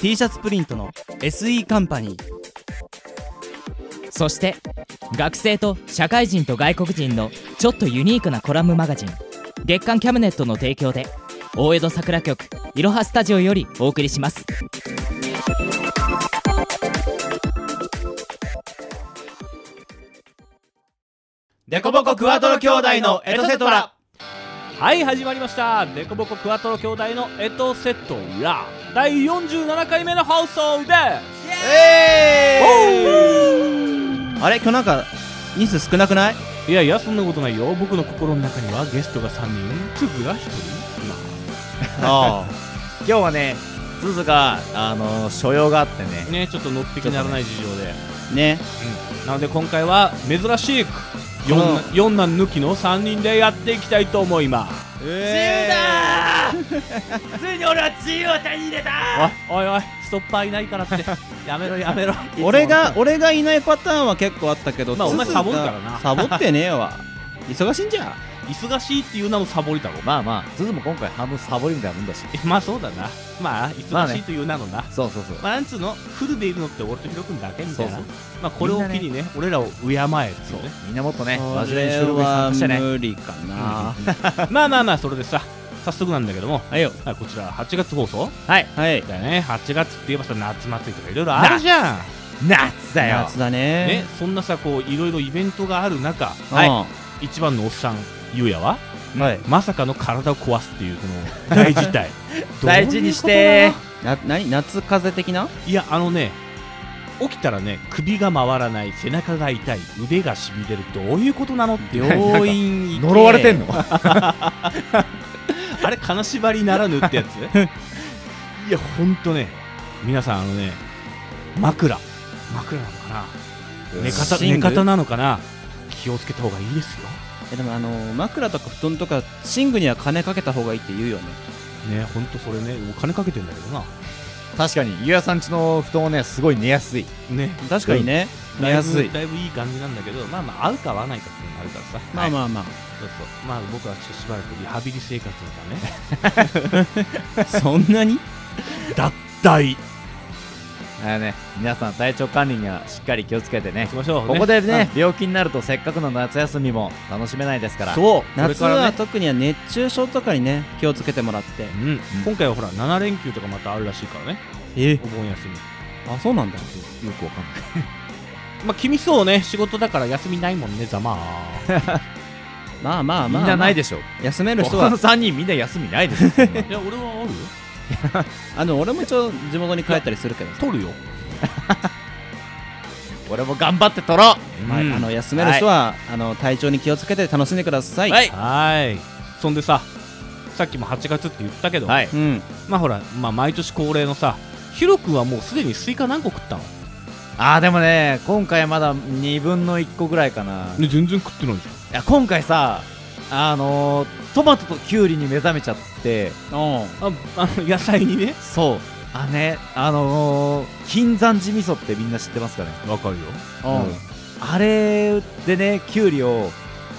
T シャツプリントの SE カンパニーそして学生と社会人と外国人のちょっとユニークなコラムマガジン月刊キャムネットの提供で大江戸桜局いろはスタジオよりお送りしますデコボコクワトロ兄弟のエトセトラはい始まりましたデコボコクワトロ兄弟のエトセトラ第47回目の放送ですあれ今日なんか人数少なくないいやいやそんなことないよ僕の心の中にはゲストが3人鈴が1人 ああ今日はねズズがあの所用があってねねちょっと乗ってきにならない事情で、 ねなので今回は珍しく四男四男抜きの3人でやっていきたいと思います おいおい ストッパーいないからってやめろやめろ俺が俺がいないパターンは結構あったけど、まあお前ツズがサボるからなサボってねえ わ忙しいんじゃん忙しいっていう名のサボりだろまあまあズズも今回半分サボりみたいなもんだし まあそうだなまあ忙しいという名のな、そうそうそうまあ、なんつうのフルでいるのって俺とヒロ君だけみたいなそうまあ、これを機にね俺らを敬えるっていうねみんなもっとねマジそで収れ録に参は加してね無理かな、 まあまあまあそれでさ早速なんだけども、はいよまあこちら8月放送はいだよね8月って言えばさ夏祭りとかいろいろあるじゃん夏だよ夏だねね、そんなさこういろいろイベントがある中、は一番のおっさんゆうやははいまさかの体を壊すっていうこの大事態大事にしていな何夏風邪的ないやあのね起きたらね首が回らない背中が痛い腕がしびれるどういうことなのって病院行け呪われてん のあれ金縛りならぬってやついやほんとね皆さんあのね枕枕なのかな寝方寝寝具方なのかな気をつけた方がいいですよえでもあの枕とか布団とか寝具には金かけた方がいいって言うよねねほんとそれねお金かけてんだけどな確かにゆうやさんちの布団はねすごい寝やすいね確かにね、だ寝いやぶすいだいぶいい感じなんだけどまあまあ合うか合わないかっていうのもあるからさまあまあまあ、そうそうまあ僕はちょっとしばらくリハビリ生活のため そんなに脱退あのね皆さん体調管理にはしっかり気をつけてねしましょうねここでね病気になるとせっかくの夏休みも楽しめないですからそうこれ夏からはね特には熱中症とかにね気をつけてもらってうん、今回はほら7連休とかまたあるらしいからねえお盆休みあそうなんだよくわかんない まあ君そうね仕事だから休みないもんねざまあ まあまあまあ、まあ、みんなないでしょ休める人他はの3人みんな休みない でしょそんないや俺はあるよあの俺も一応地元に帰ったりするけどさ、取るよ、俺も頑張って撮ろうはいあの休める人は、あの体調に気をつけて楽しんでください、はいはいそんでささっきも8月って言ったけど、はいうん、まあほら、まあ、毎年恒例のさヒロ君はもうすでにスイカ何個食ったの、あーでもね今回まだ2分の1個ぐらいかな、いね、全然食ってないじや今回さあのー、トマトとキュウリに目覚めちゃっておうゃんああの野菜にねそうあねあのー、金山寺味噌ってみんな知ってますかね、わかるようんあれでねキュウリを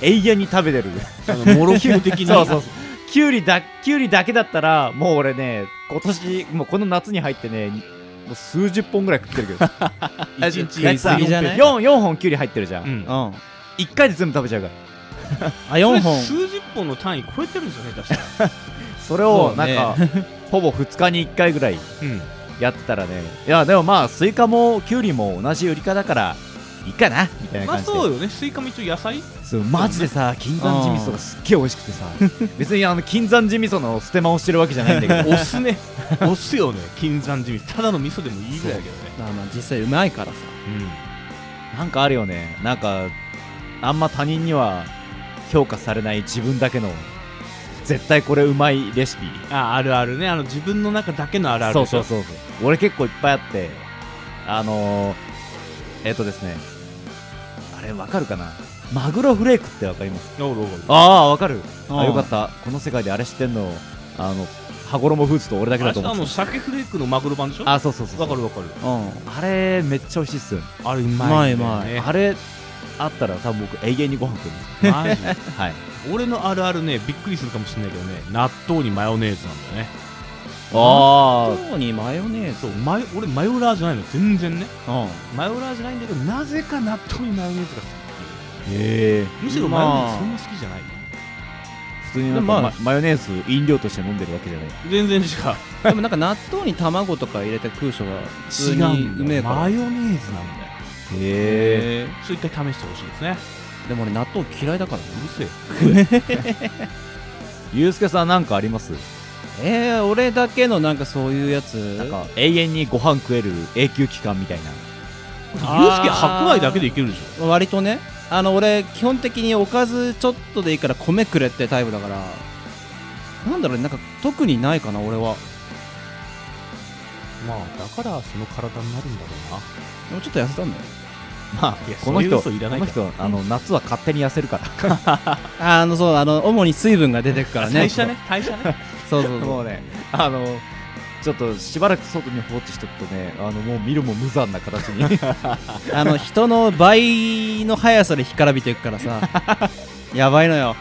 永遠に食べてるあのモロキュ的な そうそうそうキュウリだキュウリだけだったらもう俺ね今年もうこの夏に入ってねもう数十本ぐらい食ってるけど 一日だってさ食い過ぎじゃない 4, 4本キュウリ入ってるじゃん、うん、うん1回で全部食べちゃうからあ四本数十本の単位超えてるんですよね、確か それをそうなんねか、 ほぼ2日に1回ぐらいうんやってたらねいやでもまあスイカもキュウリも同じ売りかだからいいかなみたいなまあ感じで、そうよねスイカも一応野菜そうマジでさ金山寺味噌がすっげえ美味しくて さ別にあの金山寺味噌のステマをしてるわけじゃないんだけどお 酢ねお酢よね金山寺味噌ただの味噌でもいいぐらいだけどねまあまあ実際うまいからさなんかあるよねなんかあんま他人には評価されない自分だけの絶対これうまいレシピああるあるねあの自分の中だけのあるあるそうでしそょうそうそう俺結構いっぱいあってあのー、えっとですねあれわかるかなマグロフレークってわかりますおるおるああわかるうあんよかったこの世界であれ知ってんのあの羽衣フーズと俺だけあだれと思あっての鮭フレークのマグロ版でしょたあそうそうそうそわうかるわかるうんあれめっちゃ美味しいっすよねあれうままいいうまねあれあったら多分僕永遠にご飯食うんですマジはい 俺のあるあるねびっくりするかもしれないけどね納豆にマヨネーズなんだよねあ納豆にマヨネーズそうマヨ俺マヨラーじゃないの全然ねうんマヨラーじゃないんだけどなぜか納豆にマヨネーズが好きあへえむしろマヨネーズそんな好きじゃない普通になんかまあママヨネーズ飲料として飲んでるわけ じゃない全然違うでもなんか納豆に卵とか入れて食う人が普通にうめえからマヨネーズなんだよへえそう一回試してほしいですねでも俺納豆嫌いだからうるせえ ゆうすけさんなんかありますえー、俺だけのなんかそういうやつなんか永遠にご飯食える永久期間みたいなユースケ白米だけでいけるでしょ割とねあの俺基本的におかずちょっとでいいから米くれってタイプだからなんだろうねなんか特にないかな俺はまあだからその体になるんだろうなでもちょっと痩せたんだよまいやこの人そういう嘘いらこなのいから人あの夏は勝手に痩せるから あのそうあの主に水分が出てくからね代謝ね代 謝ねそうそうそうもうねあのちょっとしばらく外に放置しとくとねあのもう見るも無残な形 にあの人の倍の速さで干からびていくからさやばいのよ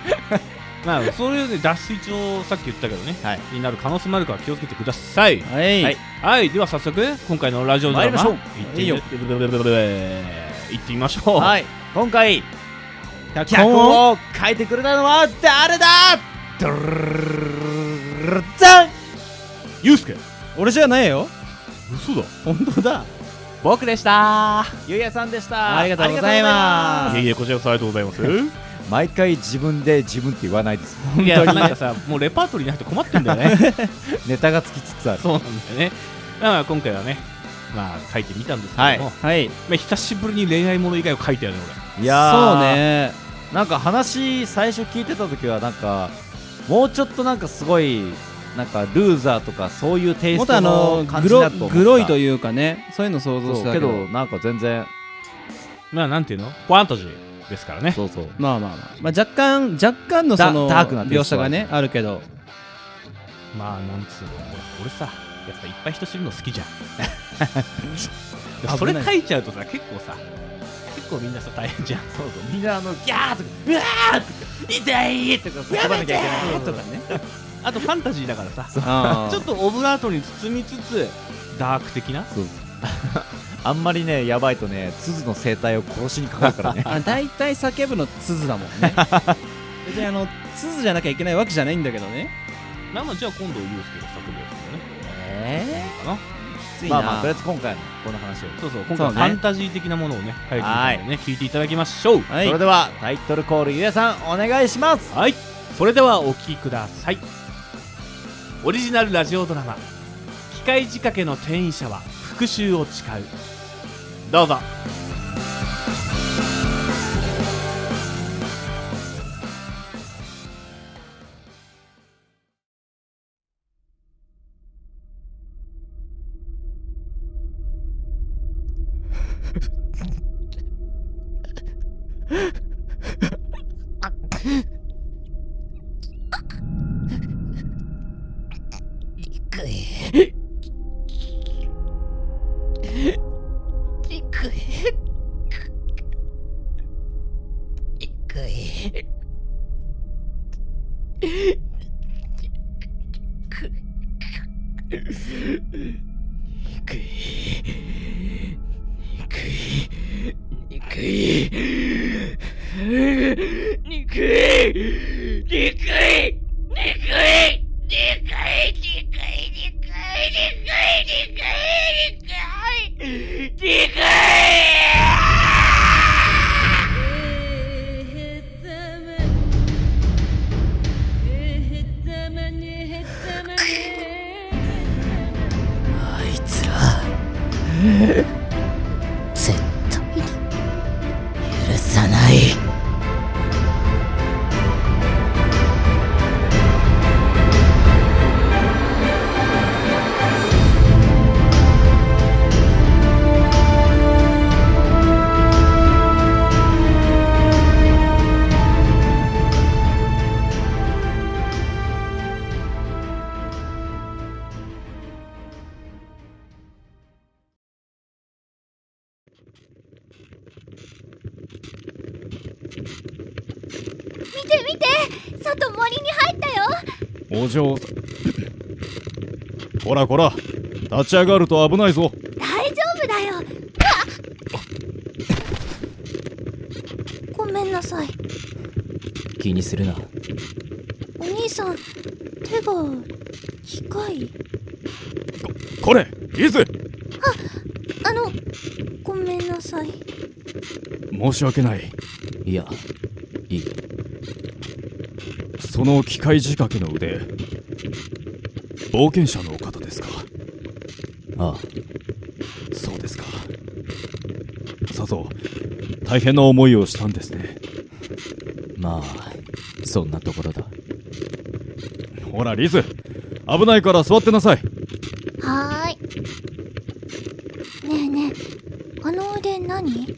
まあそういうね脱水症さっき言ったけどね、はいになる可能性もあるから気をつけてくださいはい、はいはいでは早速今回のラジオドラマ参り行まっていいみよ行ってみましょうはい今回脚脚本を本を書いてくれたのは誰だドルルルザンユースケ俺じゃないよ嘘だ本当だ僕でしたゆうやさんでしたありがとうございまいえいえこちらこそありがとうございますす 毎回自分で自分って言わないですいやなんかさもうレパートリーなくて困って んだよねネタがつきつつあるそうなんだよねだから今回はねまあ書いてみたんですけども、はいまはいあ、久しぶりに恋愛もの以外を書いたよねいそうーねなんか話最初聞いてた時はなんかもうちょっとなんかすごいなんかルーザーとかそういうテイもっスとあトのの感グじだロと思ったグロいというかねそういうの想像しそたうけけどどなんか全然俺まあなんていうのファンタジーですからねそうそうまあまあまあ、まあ、若干若干のそのダダークなテイ描スト写はがねあるけどまあなんつうのほら俺さやっぱいっぱい人知るの好き じゃんでもそ危なれい書いちゃうとさ結構さ結構みんなさ大変じゃんそうそうみんなあのギャーとかうわーとか痛いとかやめてーとかね あとファンタジーだからさちあょっとオブラートに包みつつダーク的なそうそう あんまりねやばいとね鈴の生態を殺しにかかるからねあ大体叫ぶの鈴だもんね別にあの鈴じゃなきゃいけないわけじゃないんだけどねまあまあじゃあ今度ユースケが作業すえるのねかなー、きついな、まあまあとりあえず今回のこの話をそうそう今回そうはフねァンタジー的なものをね書いてみたのでね聞いていただきましょうはいそれではタイトルコールゆえさんお願いしますはいそれではお聴きくださいオリジナルラジオドラマ「機械仕掛けの転移者は復讐を誓う」どうぞ行く行く行く行く行く行く行く行く行く行く見て外森に入ったよお嬢 さこらこら立ち上がると危ないぞ大丈夫だよあごめんなさい気にするなお兄さん手が機械これ伊豆あのごめんなさい申し訳ないいやいいその機械仕掛けの腕冒険者のお方ですかああそうですかさぞ大変な思いをしたんですねまあそんなところだほらリズ危ないから座ってなさいはーいねえねえあの腕何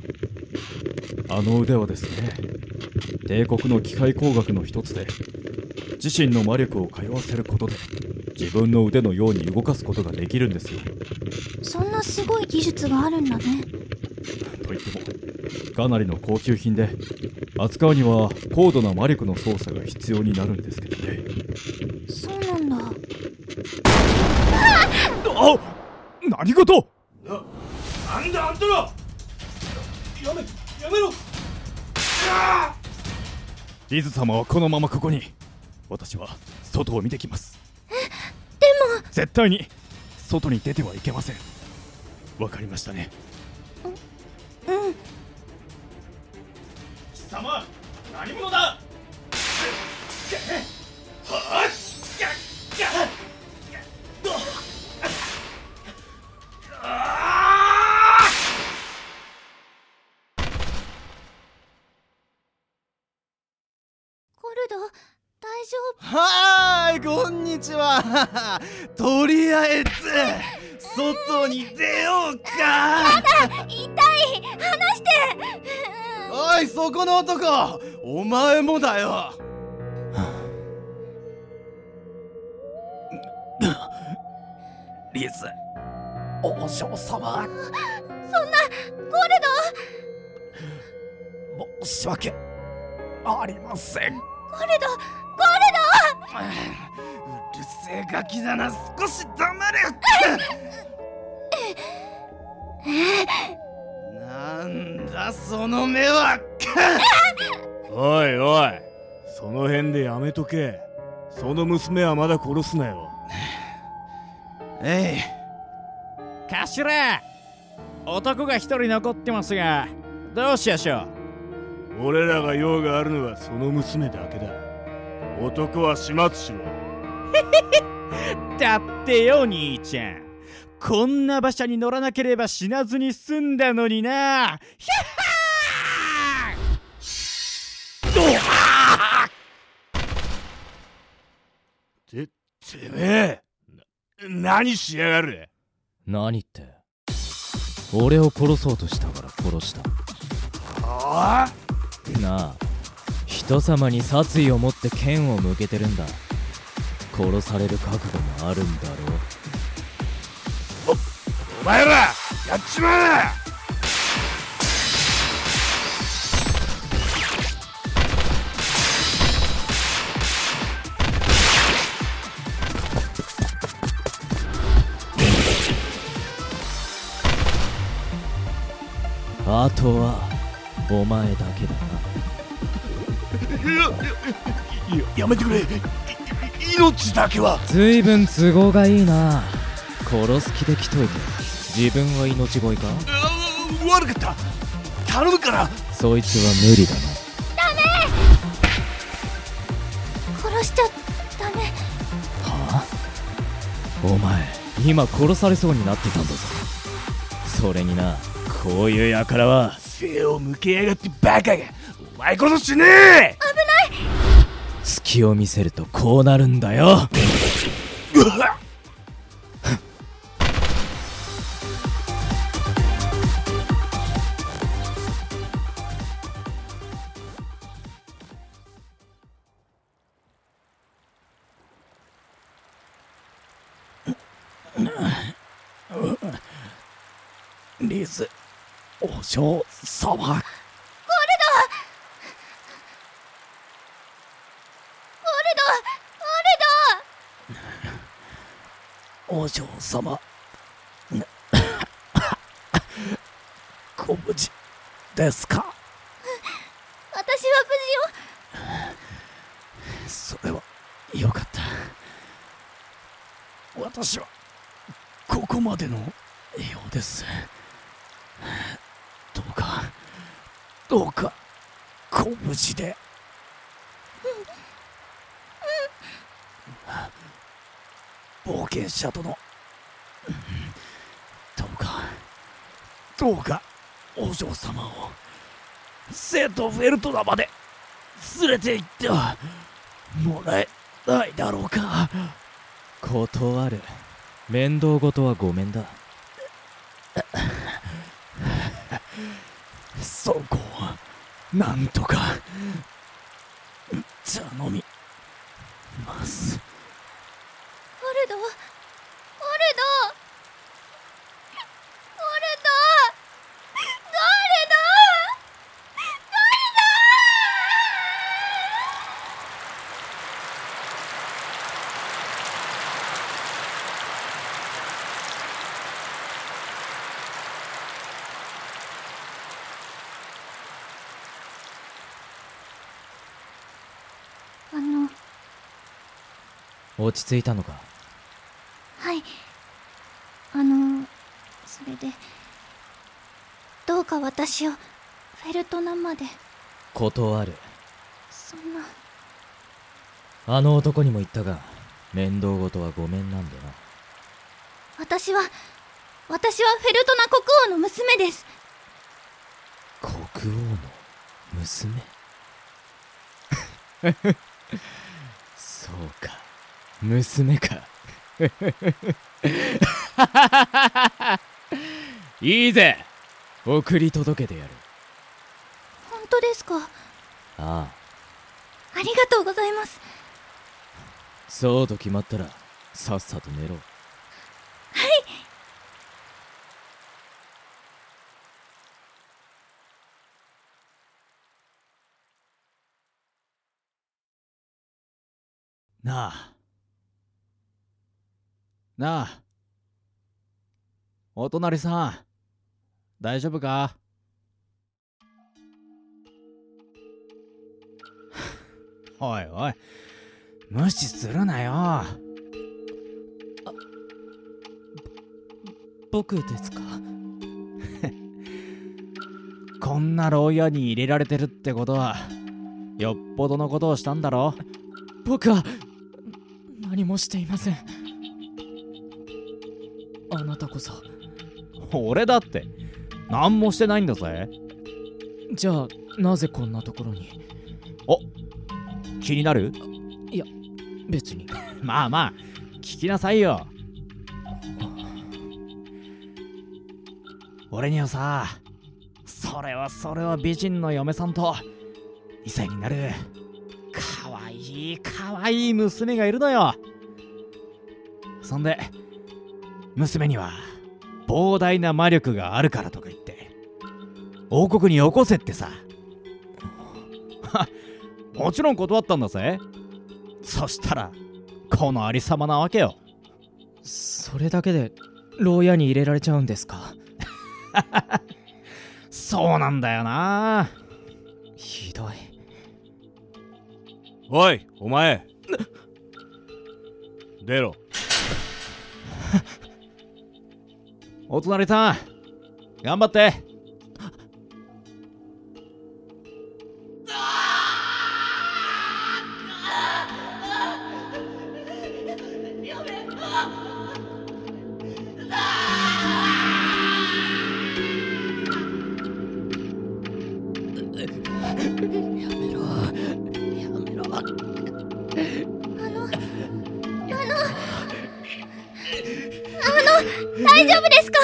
あの腕はですね帝国の機械工学の一つで自身の魔力を通わせることで自分の腕のように動かすことができるんですよそんなすごい技術があるんだねといってもかなりの高級品で扱うには高度な魔力の操作が必要になるんですけどねそうなんだあ何事なんだあんたらやめやめろリズ様はこのままここに私は外を見てきますでも絶対に外に出てはいけませんわかりましたねうん貴様何者だはっしゃややどあーコルド大丈夫はーいこんにちはとりあえず外に出ようか痛い話しておいそこの男お前もだよリズ王将様コル申し訳ありませんうドコルドコるせえガキだな少し黙れなんだその目はおいおいその辺でやめとけその娘はまだ殺すなよえい頭男が一人残ってますがどうしやしょ俺らが用があるのはその娘だけだ男は始末しろうだってよ兄ちゃんこんな馬車に乗らなければ死なずに済んだのになひゃっはーててめえな何しやがる何って俺を殺そうとしたから殺したああなあ人様に殺意を持って剣を向けてるんだ殺される覚悟もあるんだろお前らやっちまえなあとはお前だけだなややめてくれいい命だけは随分都合がいいな殺す気で来といて自分は命乞いかう悪かった頼むからそいつは無理だルド殺しちゃダメなお前今殺されそうになってたんだぞそれになこういうやからは背を向けやがってバカがお前こそ死ねえ隙を見せるとこうなるんだよリズ王将様コルドお嬢 様。ご無事ですか私は無事よそれはよかった私はここまでのようですどうかどうかご無事で冒険者殿どうかどうかお嬢様を生徒フェルトラまで連れて行ってはもらえないだろうか断る面倒事はごめんだそこをなんとか頼みますオルドオルドオルドゴールドあの落ち着いたのかはいあのそれでどうか私をフェルトナまで断るそんなあの男にも言ったが面倒事はごめんなんでな私は私はフェルトナ国王の娘 です国王の娘そうか娘か いいぜ送り届けてやる本当ですかああありがとうございますそうと決まったらさっさと寝ろなあなあお隣さん大丈夫かおいおい無視するなよ僕ですかこんな牢屋に入れられてるってことはよっぽどのことをしたんだろ僕は何もしていませんあなたこそ俺だって何もしてないんだぜじゃあなぜこんなところに気になる別に まあまあ聞きなさいよ俺にはさそれはそれは美人の嫁さんと2歳になるかわいいかわいい娘がいるのよそんで娘には膨大な魔力があるからとか言って王国によこせってさ もちろん断ったんだぜそしたらこのありさまなわけよそれだけで牢屋に入れられちゃうんですか そうなんだよなひどいおいお前出ろ お隣さん頑張ってやめろ大丈夫ですか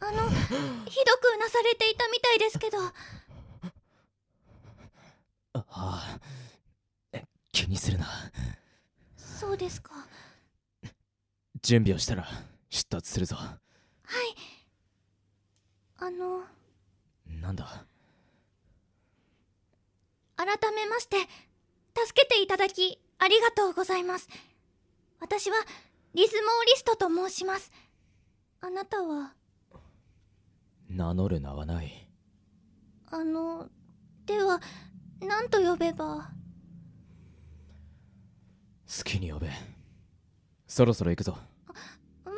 あのひどくうなされていたみたいですけどああえ気にするなそうですかは準備をしたら出立するぞいあのなんだ改めまして助けていただきあありがとうございます。私は、リスモーリストと申します。あなたは、名乗る名はないあの、では、何と呼べば、好きに呼べそろそろ行くぞ待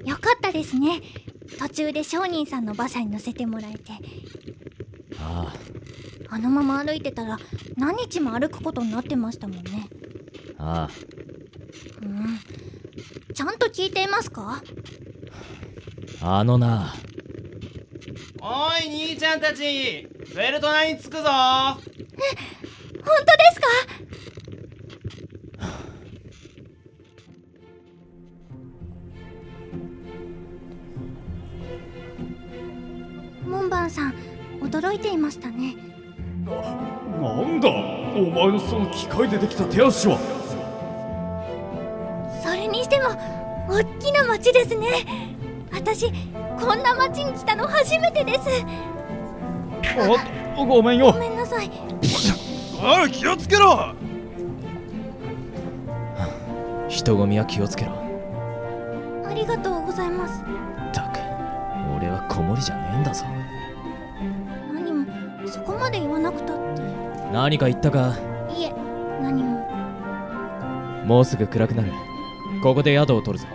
ってよかったですね。途中で商人さんの馬車に乗せてもらえて、ああのまま歩いてたら何日も歩くことになってましたもんね。あああうん。ちゃんと聞いていますかあのなおい兄ちゃんたちフェルトナに着くぞ本当ですか門番さん驚いていましたねなんだお前のその機械でできた手足はそれにしても大きな町ですね私こんな町に来たの初めてです おごめんごよめんなさいおい気をつけろ人混みは気をつけろありがとうございますったく俺は子守じゃねえんだぞ何もそこまで言わなくたって何か言ったかいえ何ももうすぐ暗くなるここで宿を取るぞ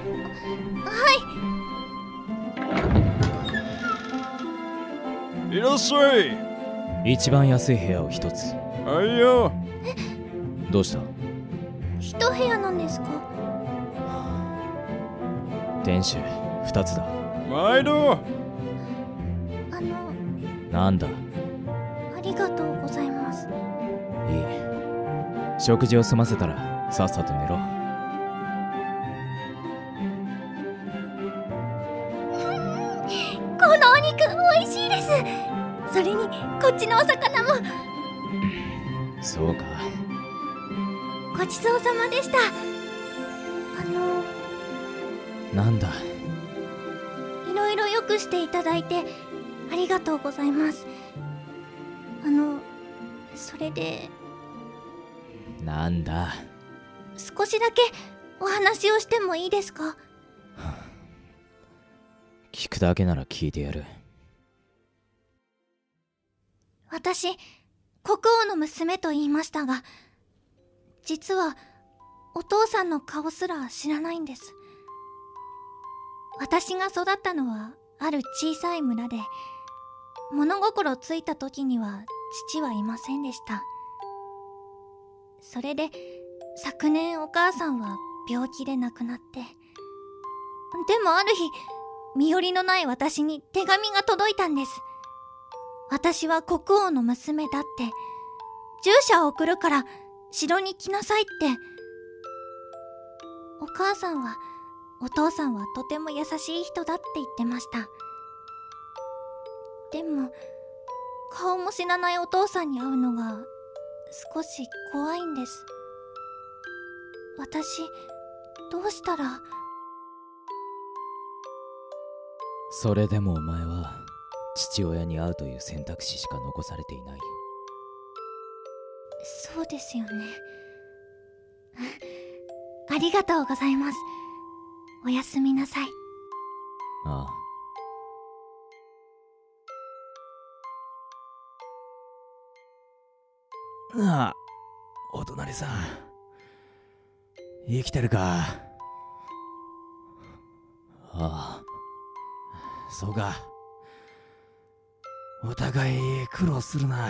いらっしゃい一番安い部屋を一つはいよどうした一部屋なんですか店主二つだ毎度あのなんだいありがとうございまいす食事を済ませたらさっさと寝ろこのお肉美味しいですそれにこっちのお魚もそうかごちそうさまでしたあのなんだいろいろよくしていただいてありがとうございますあのそれでなんだ少しだけお話をしてもいいですか聞くだけなら聞いてやる私国王の娘と言いましたが実はお父さんの顔すら知らないんです私が育ったのはある小さい村で物心ついた時には父はいませんでしたそれで昨年お母さんは病気で亡くなってでもある日身寄りのない私に手紙が届いたんです私は国王の娘だって。従者を送るから、城に来なさいって。お母さんは、お父さんはとても優しい人だって言ってました。でも、顔も知らないお父さんに会うのが、少し怖いんです。私、どうしたら、それでもお前は父親に会うという選択肢しか残されていないそうですよね。 ありがとうございます。おやすみなさい。ああなあお隣さん生きてるかあそうかお互い苦労するな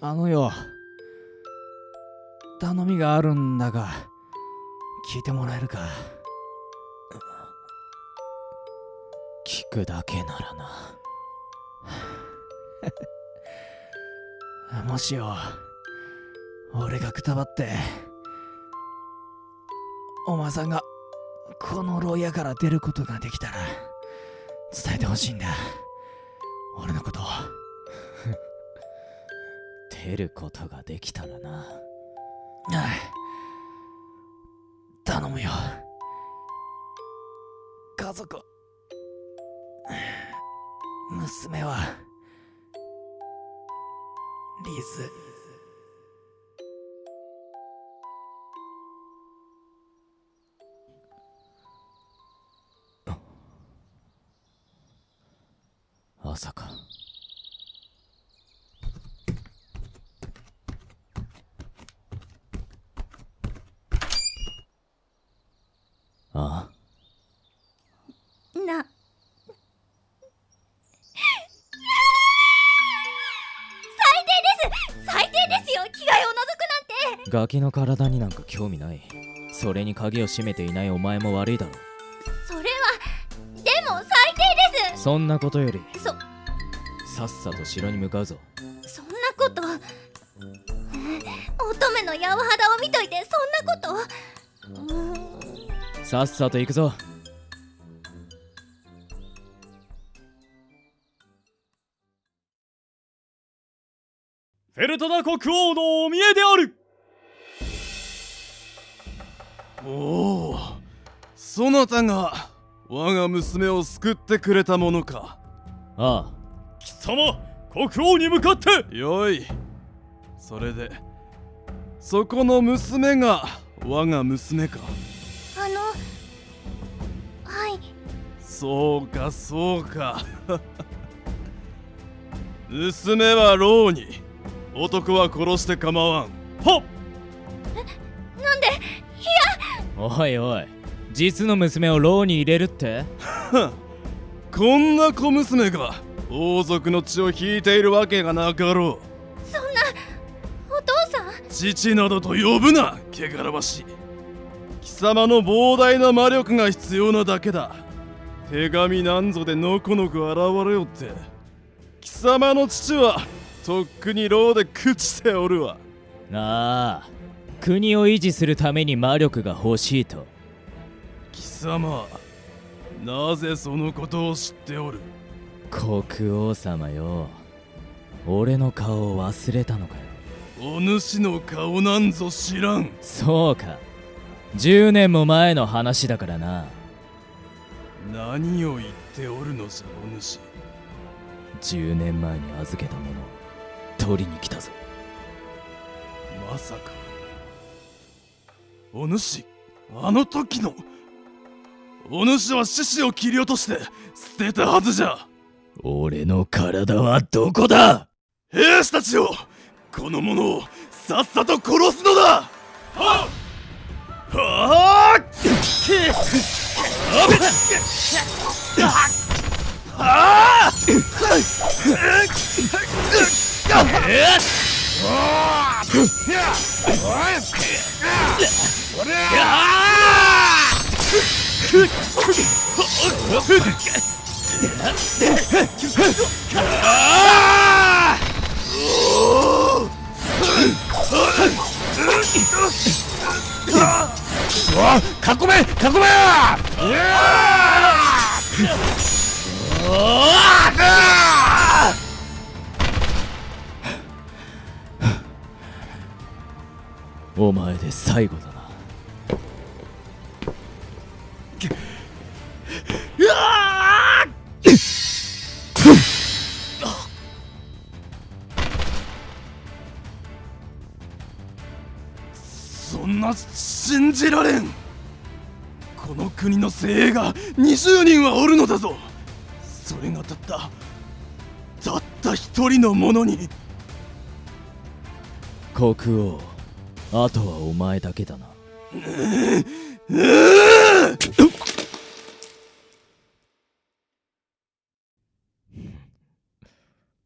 あのよ頼みがあるんだが聞いてもらえるか聞くだけならな もしよ俺がくたばってお前さんがこの牢屋から出ることができたら伝えてほしいんだ俺のことを 出ることができたらなはい頼むよ家族娘はリズ朝かああな、最低です最低ですよ着替えを覗くなんてガキの体になんか興味ないそれに鍵を閉めていないお前も悪いだろそれは、でも最低ですそんなことよりそさっさと城に向かうぞそんなこと乙女の柔肌を見といてそんなことうーんさっさと行くぞフェルトナ国王のお見えであるおおそなたが我が娘を救ってくれたものかああ貴様国王に向かってよいそれでそこの娘が我が娘かあのはいそうかそうか 娘は牢に男は殺して構わんはっなんでおいおい実の娘を牢に入れる ってこんな小娘が王族の血を引いているわけがなかろうそんなお父さん父などと呼ぶな汚らわしい貴様の膨大な魔力が必要なだけだ手紙なんぞでのこのこ現れよって貴様の父はとっくに牢で朽ちておるわああ 国を維持するために魔力が欲しいと貴様なぜそのことを知っておる国王様よ俺の顔を忘れたのかよお主の顔なんぞ知らんそうか10年も前の話だからな何を言っておるのじゃお主10年前に預けたものを取りに来たぞまさかお主あの時のお主は獅子を切り落として捨てたはずじゃ俺の体はどこだ兵士たちをこの者をさっさと殺すのだはっはっお前で最後だなそんな信じられんこの国の精鋭が20人はおるのだぞそれがたったたった一人の者に国王あとはお前だけだな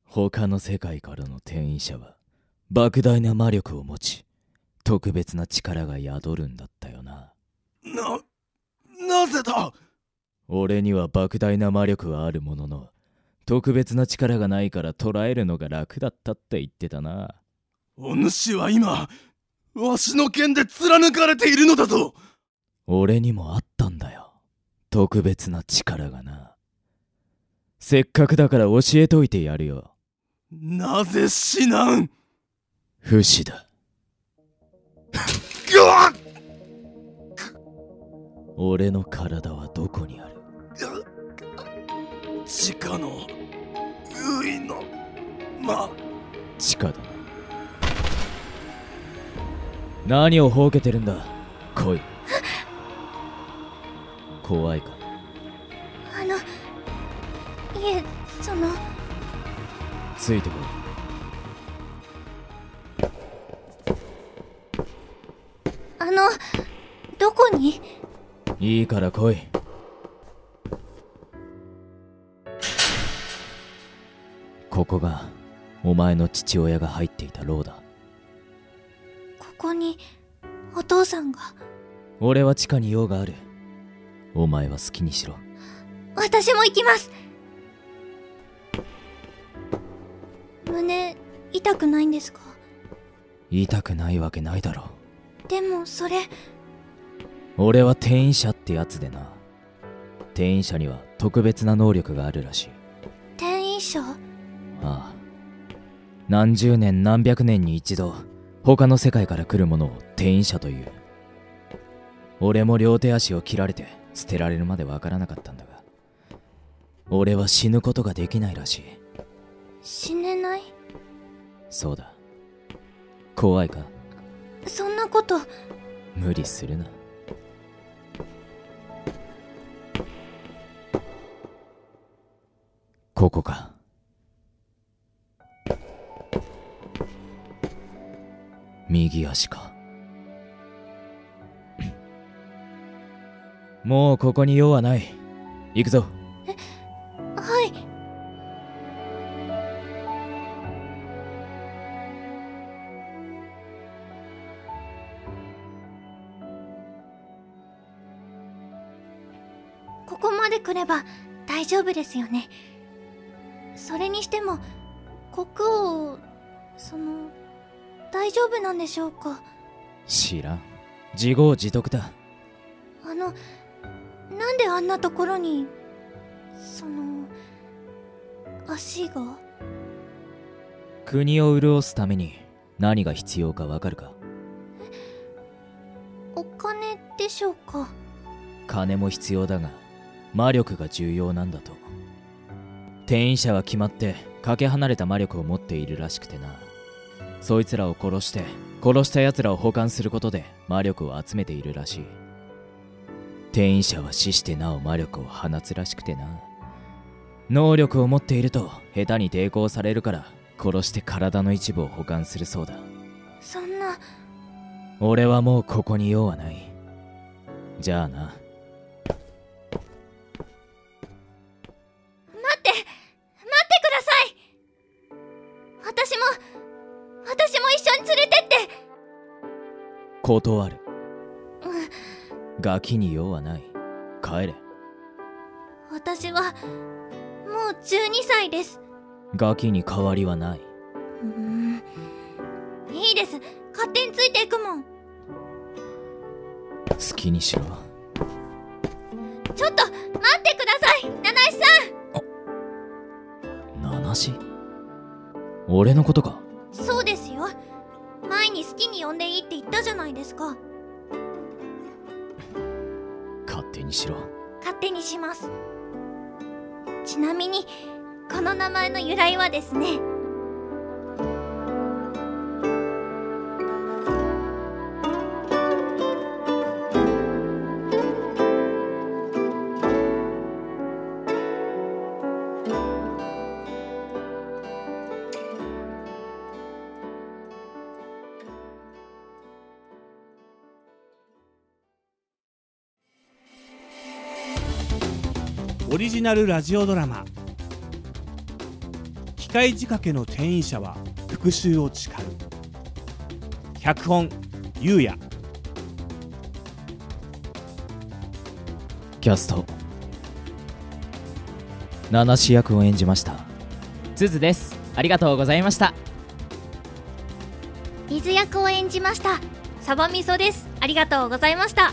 他の世界からの転移者は莫大な魔力を持ち特別な力が宿るんだったよなななぜだ俺には莫大な魔力はあるものの特別な力がないから捉えるのが楽だったって言ってたなお主は今わしの剣で貫かれているのだぞ俺にもあったんだよ特別な力がなせっかくだから教えといてやるよなぜ死なん不死だぐわっ俺の体はどこにある地下の有利の間地下だな何をほうけてるんだ来い怖いかあのいえそのついてこいあのどこにいいから来いここがお前の父親が入っていた牢だここにお父さんが俺は地下に用があるお前は好きにしろ私も行きます胸痛くないんですか痛くないわけないだろでもそれ俺は転移者ってやつでな転移者には特別な能力があるらしい転移症ああ何十年何百年に一度他の世界から来るものを転移者という俺も両手足を切られて捨てられるまでわからなかったんだが俺は死ぬことができないらしい死ねないそうだ怖いかそんなこと無理するなここか右足か もうここに用はない行くぞはいここまで来れば大丈夫ですよねそれにしても国王その大丈夫なんでしょうか知らん自業自得だあのなんであんなところにその足が国を潤すために何が必要かわかるかお金でしょうか金も必要だが魔力が重要なんだと転移者は決まってかけ離れた魔力を持っているらしくてなそいつらを殺して殺した奴らを保管することで魔力を集めているらしい転移者は死してなお魔力を放つらしくてな能力を持っていると下手に抵抗されるから殺して体の一部を保管するそうだそんな俺はもうここに用はないじゃあな待って待ってください私も私も一緒に連れてって断るガキに用はない帰れ私はもう12歳ですガキに変わりはないうーんいいです勝手についていくもん好きにしろちょっと待ってください七石さ七し俺のことかんそうですよ前に好きに呼んでいいって言ったじゃないですか勝手にしろ勝手にしますちなみにこの名前の由来はですねオリジナルラジオドラマ機械仕掛けの転移者は復讐を誓う脚本ゆうやキャスト七し役を演じましたズズですありがとうございました伊豆役を演じましたサバ味噌ですありがとうございました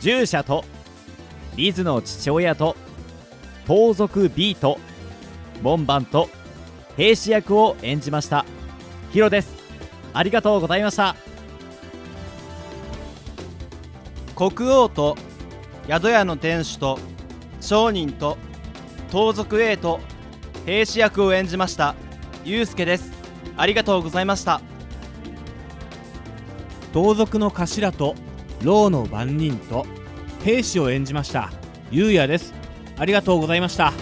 従者とリズの父親と盗賊 B と門番と兵士役を演じましたヒロですありがとうございました国王と宿屋の店主と商人と盗賊 A と兵士役を演じましたゆうすけですありがとうございました盗賊の頭と牢の番人と兵士を演じましたゆうやですありがとうございました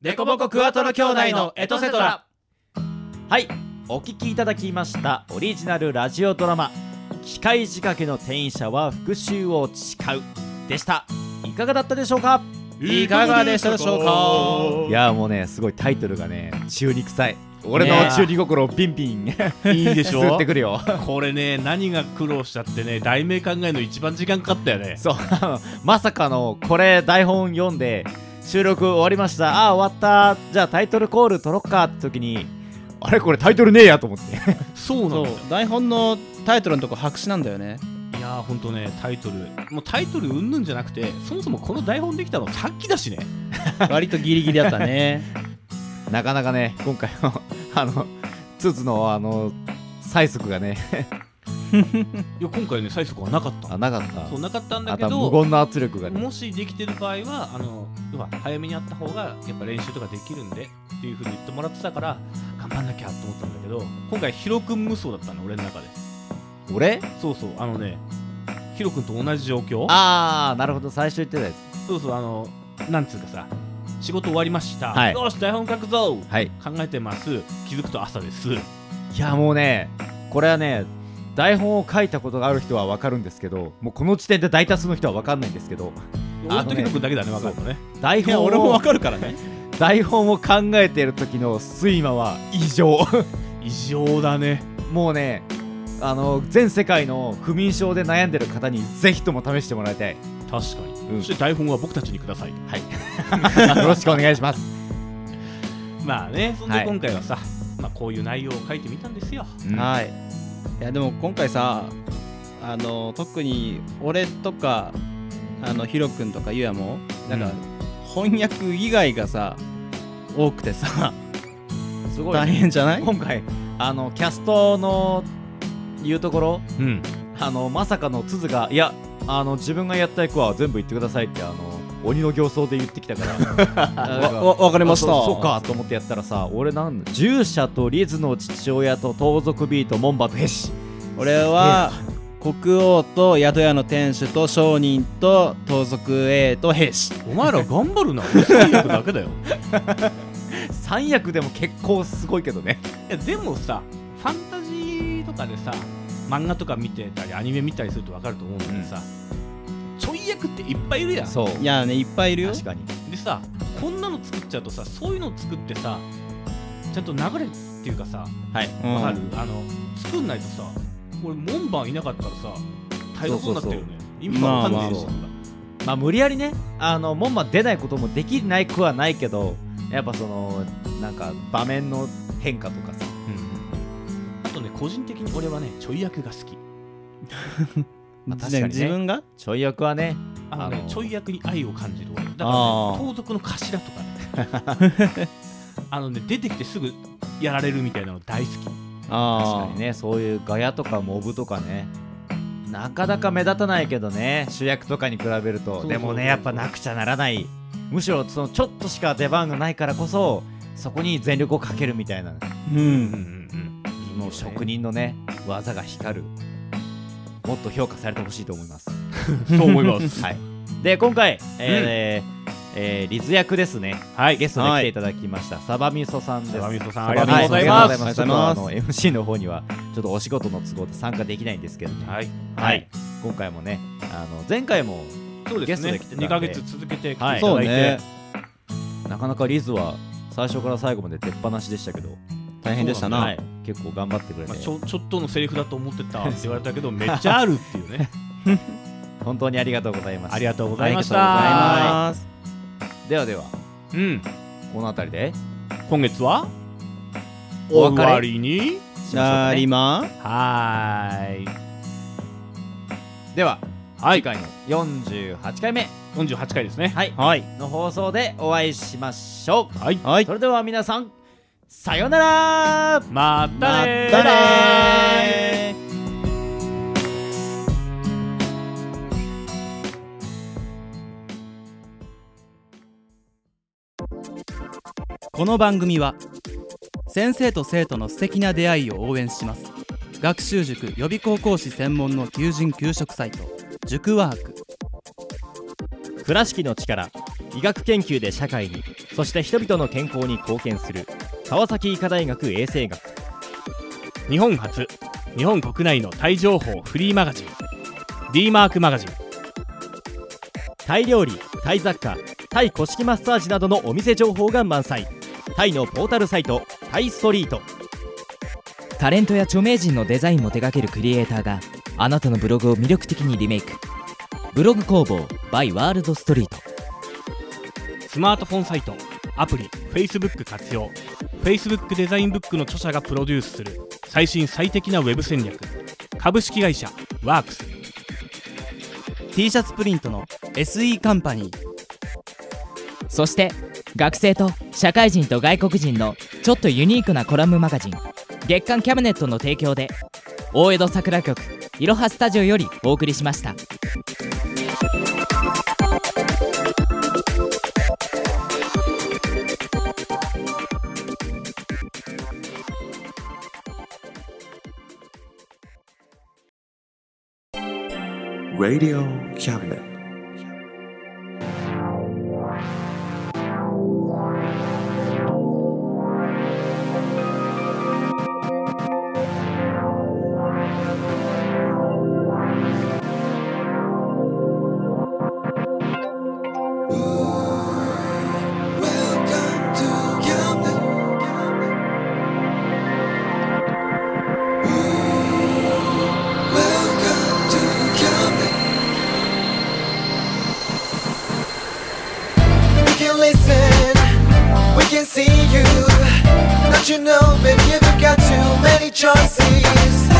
デコボコクワトロ兄弟のエトセトラはいお聞きいただきましたオリジナルラジオドラマ「機械仕掛けの転移者は復讐を誓う」でしたいかがだったでしょうかいかがでしたでしょうかいやーもうねすごいタイトルがね中に臭い俺ねのえ中に心をピンピンいいでしょ吸ってくるよこれね何が苦労しちゃってね題名考えの一番時間かかったよねそうまさかのこれ台本読んで収録終わりましたあー終わったじゃあタイトルコール取ろっかって時にあれこれタイトルねえやと思ってそうなん台本のタイトルのとこ白紙なんだよねいやーほんとねタイトルもうタイトルうんぬんじゃなくてそもそもこの台本できたのさっきだしね 割とギリギリだったね なかなかね今回の あのツツのあの催促がね いや今回ね催促はなかったあなかったそうなかったんだけあとどは無言の圧力がねもしできてる場合はあの要は早めにやった方がやっぱ練習とかできるんでっていうふうに言ってもらってたから頑張んなきゃと思ったんだけど今回ヒロ君無双だったの俺の中で俺そうそうあのねヒロ君と同じ状況ああなるほど最初言ってたやつそうそうあのなんつうかさ仕事終わりました、はいよし台本書くぞ、はい考えてます気づくと朝ですいやもうねこれはね台本を書いたことがある人は分かるんですけどもうこの時点で大多数の人は分かんないんですけど俺とヒロ君だけだね分かるのねそう台本いやを俺も分かるからね台本を考えてる時の睡魔は異常異常だねもうねあの全世界の不眠症で悩んでる方にぜひとも試してもらいたい確かに、そして台本は僕たちにくださいはいよろしくお願い しますまあねそんではい今回はさ、まあ、こういう内容を書いてみたんですよ、はいいやでも今回さあの特に俺とかあのヒロ君とかゆやもなんか翻訳以外がさ多くてさすごいね大変じゃない今回あのキャストの言うところ、うんあのまさかの鈴がいやあの自分がやった役は全部言ってくださいってあの鬼の形相で言ってきたから わわわかりましたあそうそうかと思ってやったらさ俺なん従者とリズの父親と盗賊ビート門馬と兵士俺は国王と宿屋の店主と商人と盗賊 A と兵士お前ら頑張るな3役 だけだよ三役でも結構すごいけどねいやでもさファンタジーとかでさ漫画とか見てたりアニメ見たりすると分かると思うんだけどさ、ちょい役っていっぱいいるやんいやねいっぱいいるよ確かにでさこんなの作っちゃうとさそういうの作ってさちゃんと流れっていうかさはいわかる、あの作んないとさ俺門番いなかったらさ大変そうになってるよね意味わかんないし、まあ無理やりねあの門番出ないこともできないくはないけどやっぱそのなんか場面の変化とかさ、あとね個人的に俺はねちょい役が好きまあ自然自分がちょい役はねあのねちょい役に愛を感じる俺だから、ね、あー盗賊の頭とか ねあのね出てきてすぐやられるみたいなの大好き確かにねそういうガヤとかモブとかねなかなか目立たないけどね主役とかに比べるとそうそうでもねやっぱなくちゃならないむしろそのちょっとしか出番がないからこそそこに全力をかけるみたいなうんもう職人のね技が光るもっと評価されてほしいと思います そう思いますはい、で今回、えーえーリズ役ですね、はい、ゲストで来ていただきました、サバミソさんですサバミソさんありがとうござありいますがとうございますちょっとあの MC の方にはちょっとお仕事の都合で参加できないんですけどねはい、はい、今回もねあの前回もそうゲでスすトねで来てたんで二ヶ月続けて来ていただはいいてそうねなかなかリズは最初から最後まで出っ放しでしたけど大変でしたなはい結構頑張ってくれて、まあ、ちょちょっとのセリフだと思ってたって言われたけどめっちゃあるっていうね本当にありがとうございますありがとうございましたありがとうございますではではうんこの辺りで今月はお別れ終わりになりまはーいでは次回の48回目48回ですねはい、はい、の放送でお会いしましょう、はいそれでは皆さんさようならまたねまたねこの番組は先生と生徒の素敵な出会いを応援します学習塾予備高校講師専門の求人・求職サイト塾ワーク倉敷の力医学研究で社会にそして人々の健康に貢献する川崎医科大学衛生学日本初日本国内のタイ情報フリーマガジン D マークマガジンタイ料理タイ雑貨タイ古式マッサージなどのお店情報が満載タイのポータルサイトタイストリートタレントや著名人のデザインも手掛けるクリエイターがあなたのブログを魅力的にリメイクブログ工房 by ワールドストリートスマートフォンサイトアプリ Facebook 活用 Facebook デザインブックの著者がプロデュースする最新最適なウェブ戦略株式会社ワークス T シャツプリントの SE カンパニーそして学生と社会人と外国人のちょっとユニークなコラムマガジン月刊キャムネットの提供で大江戸桜局いろはスタジオよりお送りしました。 Radio Cabinet. We can listen, we can see you. Don't you know, baby, you've got too many choices.